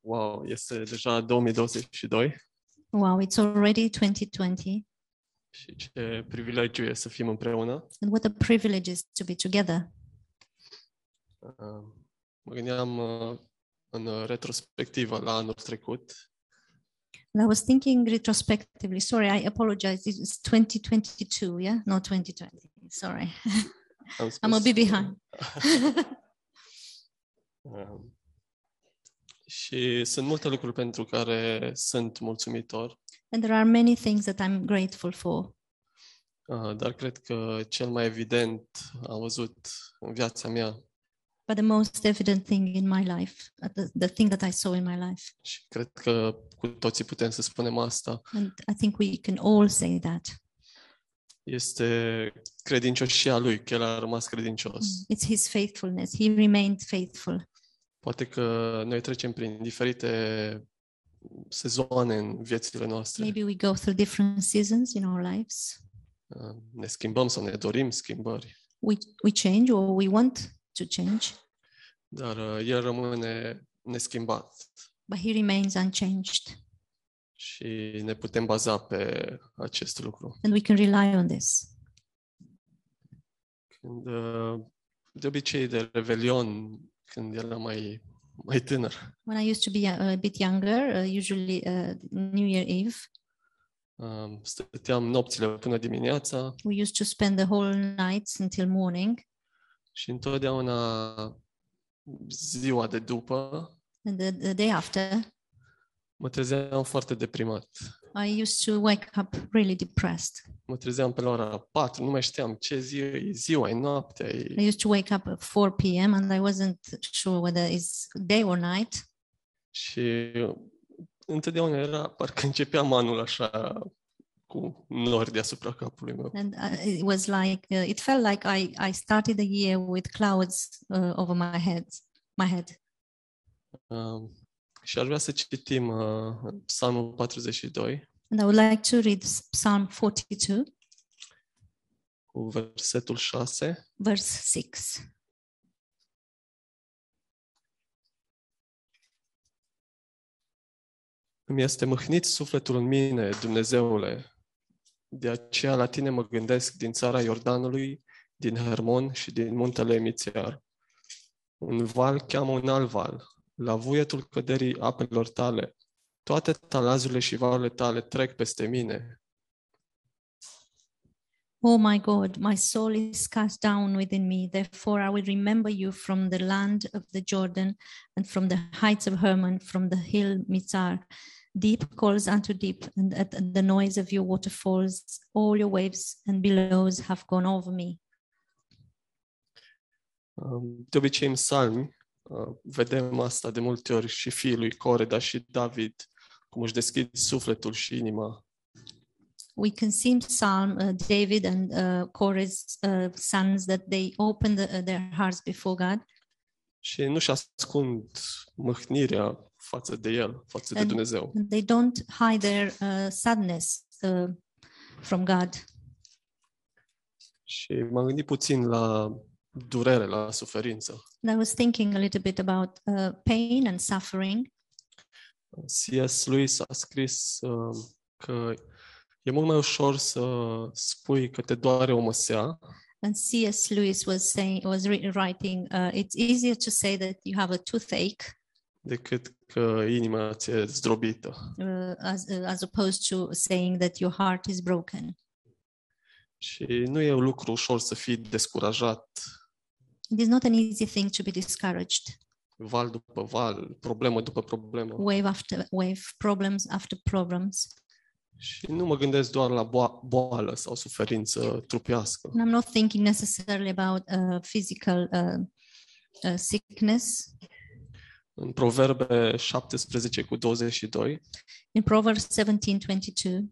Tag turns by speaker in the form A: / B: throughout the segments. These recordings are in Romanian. A: Wow, este deja 2022
B: Wow, it's already 2020.
A: și ce privilegiu e să fim împreună.
B: And what a privilege is to be together.
A: Uh, Mă gândeam uh, în uh, retrospectivă la anul trecut
B: And I was thinking retrospectively. Sorry, I apologize. It's 2022, yeah? Not 2020. Sorry.
A: Am spus,
B: I'm a bit behind.
A: uh, și sunt multe lucruri pentru care sunt mulțumitor,
B: and there are many things that I'm grateful for.
A: uh, dar cred că cel mai evident am văzut în viața mea
B: But the most evident thing in my life, uh, the, the thing that I saw in my life,
A: și cred că cu toții putem să spunem asta,
B: and I think we can all say that,
A: este credincioșia lui, că el a rămas credincios.
B: it's his faithfulness. He remained faithful.
A: Poate că noi trecem prin diferite sezoane în viețile noastre.
B: Maybe we go through different seasons in our lives.
A: Uh, Ne schimbăm sau ne dorim schimbări,
B: We, we change or we want to change,
A: dar uh, el rămâne neschimbat
B: but he remains unchanged.
A: și ne putem baza pe acest lucru.
B: And we can rely on this.
A: Când, uh, de obicei, de revelion, când eram mai, mai tânăr,
B: When I used to be a, a bit younger, uh, usually uh, New Year Eve,
A: uh, stăteam nopțile până dimineața
B: we used to spend the whole night until morning,
A: și întotdeauna ziua de după
B: and the, the day after,
A: mă trezeam foarte deprimat.
B: I used to wake up really depressed.
A: mă trezeam pe la ora 4, nu mai știam ce zi e, e ziua, e noaptea,
B: I
A: e...
B: used to wake up at 4 p.m. and I wasn't sure whether it's day or night.
A: și întotdeauna era, parcă începeam anul așa cu nori deasupra capului meu.
B: And I, it was like, uh, it felt like I, I started the year with clouds uh, over my head, my head.
A: Um, și aș vrea să citim uh, Psalmul 42
B: And I would like to read Psalm 42,
A: cu versetul 6.
B: verse 6.
A: Îmi este mâhnit sufletul în mine, Dumnezeule, de aceea la tine mă gândesc din țara Iordanului, din Hermon și din muntele Mițiar. Un val cheamă un alt val, la vuietul căderii apelor tale. Toate talazurile și valele tale trec peste mine.
B: Oh my God, my soul is cast down within me. Therefore, I will remember you from the land of the Jordan and from the heights of Hermon, from the hill Mizar. Deep calls unto deep, and at the noise of your waterfalls, all your waves and billows have gone over me.
A: Um, De obicei în psalmi uh, vedem asta de multe ori și fiii lui Core, dar și David, cum își deschid sufletul și inima
B: We can see in Psalm uh, David and uh, Korah's uh, sons that they open the, uh, their hearts before God
A: și nu-și ascund mâhnirea față de el, față de
B: În-
A: Dumnezeu.
B: and they don't hide their uh, sadness uh, from God.
A: Și m-am gândit puțin la durere, la suferință.
B: And I was thinking a little bit about uh, pain and suffering.
A: C.S. Lewis a scris uh, că e mult mai ușor să spui că te doare o măsea
B: And C.S. Lewis was saying, was re- writing, uh, it's easier to say that you have a toothache
A: decât că inima ți-e zdrobită.
B: uh, as, uh, as opposed to saying that your heart is broken.
A: Și nu e un lucru ușor să fii descurajat
B: It is not an easy thing to be discouraged,
A: val după val, problemă după problemă.
B: wave after wave, problems after problems.
A: Și nu mă gândesc doar la boa- boală sau suferință trupească.
B: And I'm not thinking necessarily about uh, physical uh, uh, sickness.
A: În Proverbe 17 cu 22
B: In Proverbs 17 22,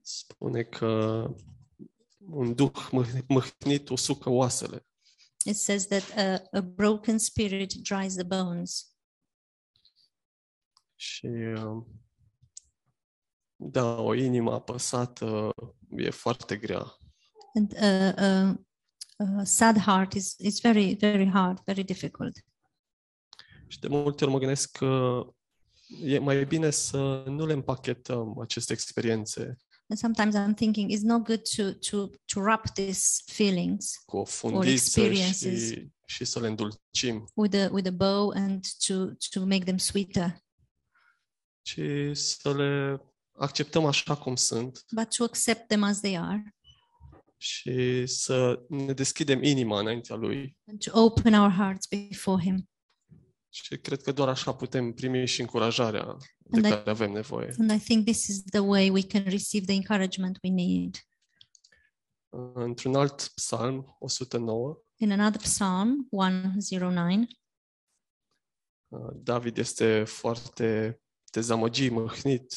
A: spune că un duh mâh- mâhnit usucă oasele
B: it says that uh, a broken spirit dries the bones.
A: și uh, da, o inimă apăsată uh, e foarte grea.
B: and uh, uh, uh, sad heart is is very very hard, very difficult.
A: Și de multe ori mă gândesc că e mai bine să nu le împachetăm aceste experiențe
B: And sometimes I'm thinking it's not good to to to wrap these feelings
A: cu o fundiță
B: experiences.
A: și, și să le îndulcim,
B: with a with a bow and to to make them sweeter,
A: ci să le acceptăm așa cum sunt
B: but to accept them as they are
A: și să ne deschidem inima înaintea Lui.
B: and to open our hearts before Him.
A: Și cred că doar așa putem primi și încurajarea de
B: Da.
A: care avem nevoie.
B: And I think this is the way we can receive the encouragement we need.
A: Într-un alt psalm, 109,
B: In another psalm 109,
A: David este foarte dezamăgit, mâhnit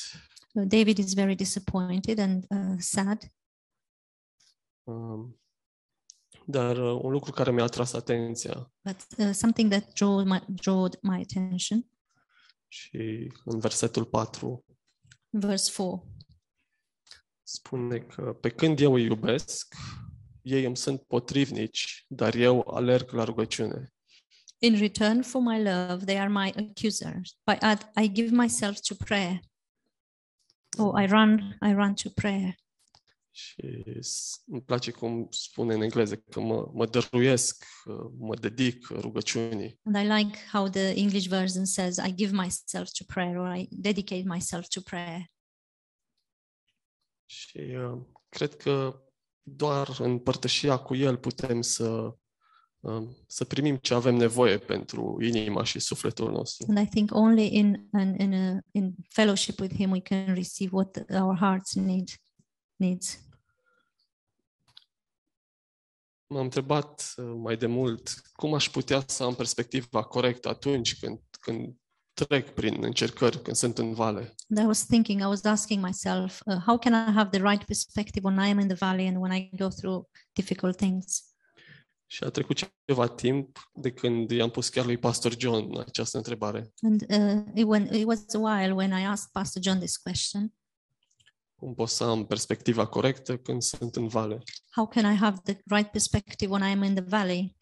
B: uh, David is very disappointed and uh, sad.
A: Um, Dar uh, un lucru care mi-a atras atenția
B: But uh, something that drew my, drew my attention,
A: și în versetul 4
B: verse 4.
A: spune că pe când eu îi iubesc, ei îmi sunt potrivnici, dar eu alerg la rugăciune.
B: In return for my love, they are my accusers. But I, I give myself to prayer. Oh, I run, I run to prayer.
A: Și s- îmi place cum spune în engleză că mă, mă dăruiesc, uh, mă dedic rugăciunii.
B: And I like how the English version says, I give myself to prayer or I dedicate myself to prayer.
A: Și uh, cred că doar în părtășia cu El putem să, uh, să primim ce avem nevoie pentru inima și sufletul nostru.
B: And I think only in in, in, a, in fellowship with Him we can receive what our hearts need needs.
A: M-am întrebat uh, mai de mult cum aș putea să am perspectiva corectă atunci când, când trec prin încercări, când sunt în vale.
B: And I was thinking, I was asking myself, uh, how can I have the right perspective when I am in the valley and when I go through difficult things?
A: Și a trecut ceva timp de când i-am pus chiar lui Pastor John această întrebare.
B: And uh, it, when, it was a while when I asked Pastor John this question
A: Cum pot să am perspectiva corectă când sunt în vale?
B: How can I have the right perspective when I am in the valley?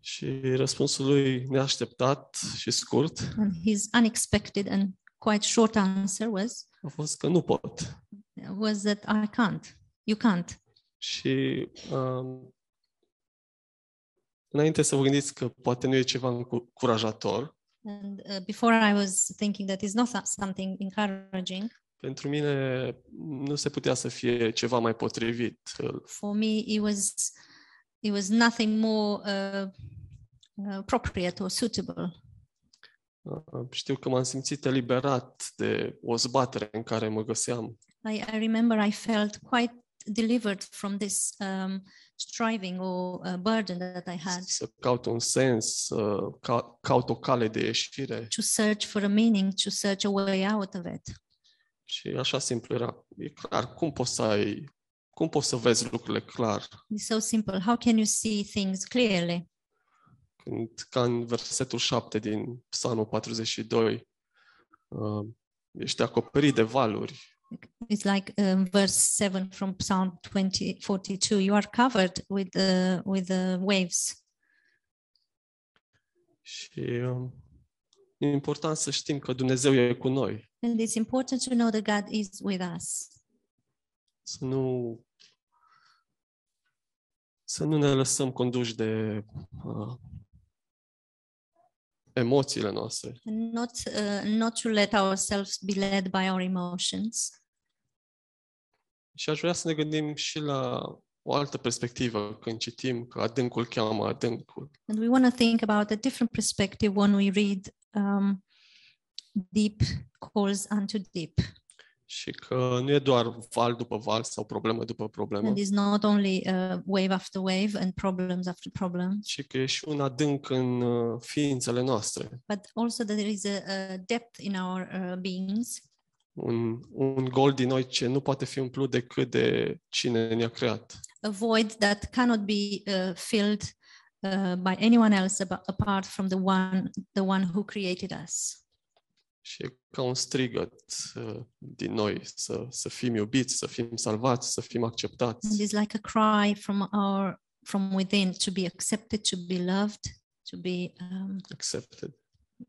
A: Și răspunsul lui neașteptat și scurt
B: And his unexpected and quite short answer was,
A: a fost că nu pot.
B: was that I can't. You can't.
A: Și um, înainte să vă gândiți că poate nu e ceva încurajator,
B: And uh, before I was thinking that is not so- something encouraging.
A: Pentru mine nu se putea să fie ceva mai potrivit.
B: For me, it was it was nothing more uh, appropriate or suitable.
A: Uh, Știu că m-am simțit eliberat de o zbatere în care mă găseam
B: I, I remember I felt quite delivered from this um, striving or uh, burden that I had
A: să caut un sens, să ca- caut o cale de ieșire
B: to search for a meaning, to search a way out of it.
A: și așa simplu era. E clar, cum poți să ai, cum poți să vezi lucrurile clar?
B: It's so simple. How can you see things clearly?
A: Când, ca în versetul 7 din Psalmul 42, uh, ești acoperit de valuri,
B: It's like um, verse seven from Psalm 20, 42. You are covered with uh, with the waves.
A: Și um, e important să știm că Dumnezeu e cu noi,
B: And it's important to know that God is with us,
A: să nu să nu ne lăsăm conduși de uh, emoțiile noastre,
B: and not uh, not to let ourselves be led by our emotions.
A: Și aș vrea să ne gândim și la o altă perspectivă când citim că adâncul cheamă adâncul.
B: And we want to think about a different perspective when we read um, deep calls unto deep.
A: Și că nu e doar val după val sau problemă după problemă,
B: And it's not only uh, wave after wave and problems after problems,
A: ci că e și un adânc în uh, ființele noastre,
B: but also that there is a, a depth in our uh, beings,
A: un, un gol din noi ce nu poate fi umplut decât de cine ne-a creat.
B: a void that cannot be uh, filled uh, by anyone else ab- apart from the one, the one who created us.
A: Și e ca un strigăt uh, din noi să, să fim iubiți, să fim salvați, să fim
B: And
A: acceptați.
B: it's like a cry from our from within to be accepted, to be loved, to be um,
A: Accepted.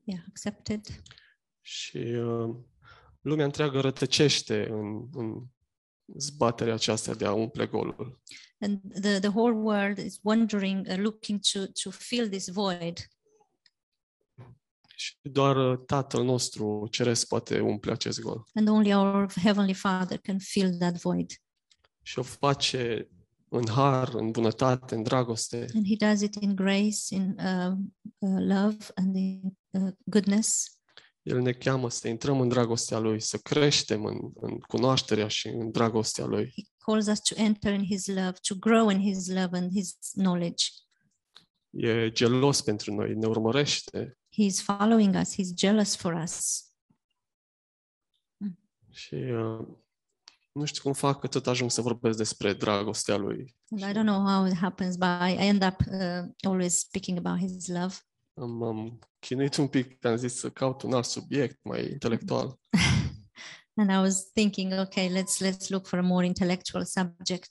B: yeah accepted.
A: Și uh, lumea întreagă rătăcește în, în zbaterea aceasta de a umple golul.
B: And the, the whole world is wondering, uh, looking to, to fill this void.
A: Și doar uh, Tatăl nostru ceresc poate umple acest gol.
B: And only our Heavenly Father can fill that void.
A: Și o face în har, în bunătate, în dragoste.
B: And He does it in grace, in uh, uh, love, and in uh, goodness.
A: El ne cheamă să intrăm în dragostea Lui, să creștem în, în cunoașterea și în dragostea Lui.
B: He calls us to enter in His love, to grow in His love and His knowledge.
A: E gelos pentru noi, ne urmărește
B: He's following us, He's jealous for us.
A: și uh, nu știu cum fac că tot ajung să vorbesc despre dragostea Lui.
B: And I don't know how it happens, but I I end up uh, always speaking about His love.
A: Am, am chinuit un pic, am zis să caut un alt subiect mai intelectual.
B: And I was thinking, okay, let's let's look for a more intellectual subject.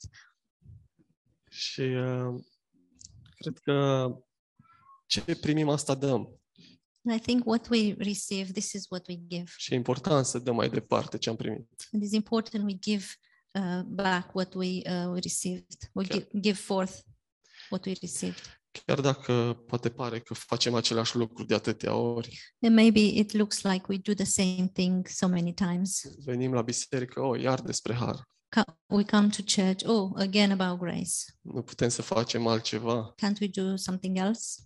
A: Și uh, cred că ce primim asta dăm
B: And I think what we receive, this is what we give.
A: și e important să dăm mai departe ce am primit.
B: And it's important we give uh, back what we uh, we received. We
A: Okay.
B: gi- give forth what we received.
A: Chiar dacă poate pare că facem același lucru de atâtea ori,
B: And maybe it looks like we do the same thing so many times.
A: venim la biserică, o, oh, iar despre har.
B: Co- We come to church, oh, again about grace.
A: Nu putem să facem altceva.
B: Can't we do something else?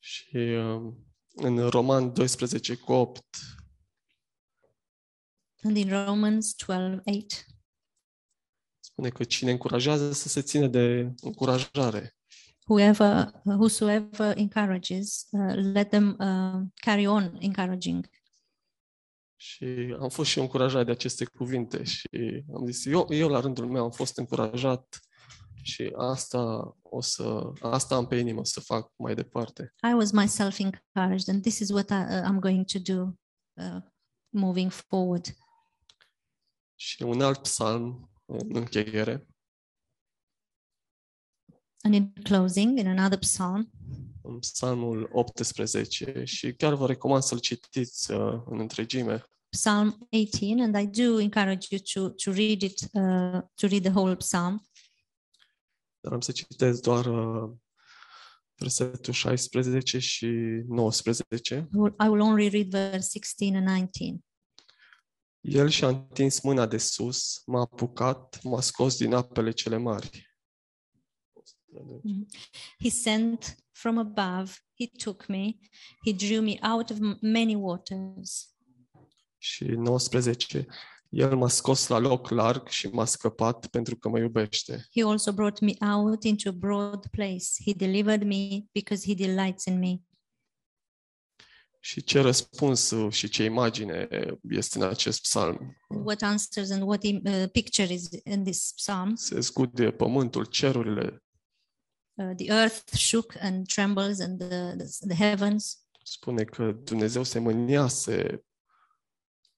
A: Și uh, în Roman 12 cu 8
B: And in Romans 12, 8,
A: spune că cine încurajează să se țină de încurajare.
B: whoever, whosoever encourages, uh, let them uh, carry on encouraging.
A: Și am fost și eu încurajat de aceste cuvinte și am zis, eu, eu la rândul meu am fost încurajat și asta o să, asta am pe inimă să fac mai departe.
B: I was myself encouraged, and this is what I, uh, I'm going to do uh, moving forward.
A: Și un alt psalm în încheiere,
B: And in closing, in another psalm,
A: în psalmul 18 și chiar vă recomand să-l citiți uh, în întregime.
B: Psalm 18, and I do encourage you to to read it, uh, to read the whole psalm.
A: Dar am să citesc doar uh, versetul 16 și 19.
B: I will- I will only read verse 16 and 19.
A: El și-a întins mâna de sus, m-a apucat, m-a scos din apele cele mari.
B: He sent from above, he took me, he drew me out of m- many waters.
A: Și 19. El m-a scos la loc larg și m-a scăpat pentru că mă iubește.
B: He also brought me out into a broad place. He delivered me because he delights in me.
A: Și ce răspuns uh, și ce imagine este în acest psalm?
B: What answers and what im- uh, picture is in this psalm?
A: Se zgude pământul, cerurile,
B: Uh, the earth shook and trembles, and the, the, the heavens.
A: spune că Dumnezeu se mâniase,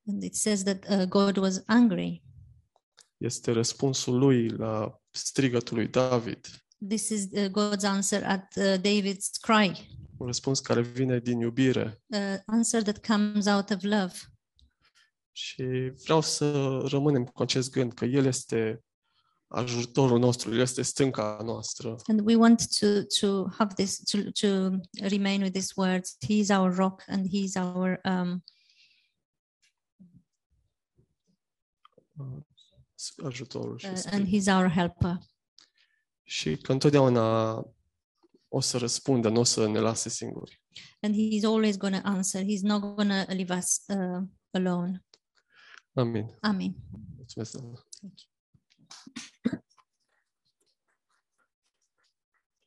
B: And it says that uh, God was angry.
A: este răspunsul lui la strigătul lui David,
B: This is uh, God's answer at uh, David's cry,
A: un răspuns care vine din iubire.
B: uh, answer that comes out of love.
A: Și vreau să rămânem cu acest gând că El este ajutorul nostru, El este stânca noastră.
B: And we want to to have this to to remain with these words. He is our rock, and He is our um,
A: Ajutorul și
B: uh,
A: stânca.
B: and He's our helper.
A: Și că întotdeauna o să răspundă, nu o să ne lase singuri.
B: And He's always going to answer. He's not going to leave us uh, alone.
A: Amin.
B: Amen.
A: Mulțumesc, Doamne.
B: Thank you.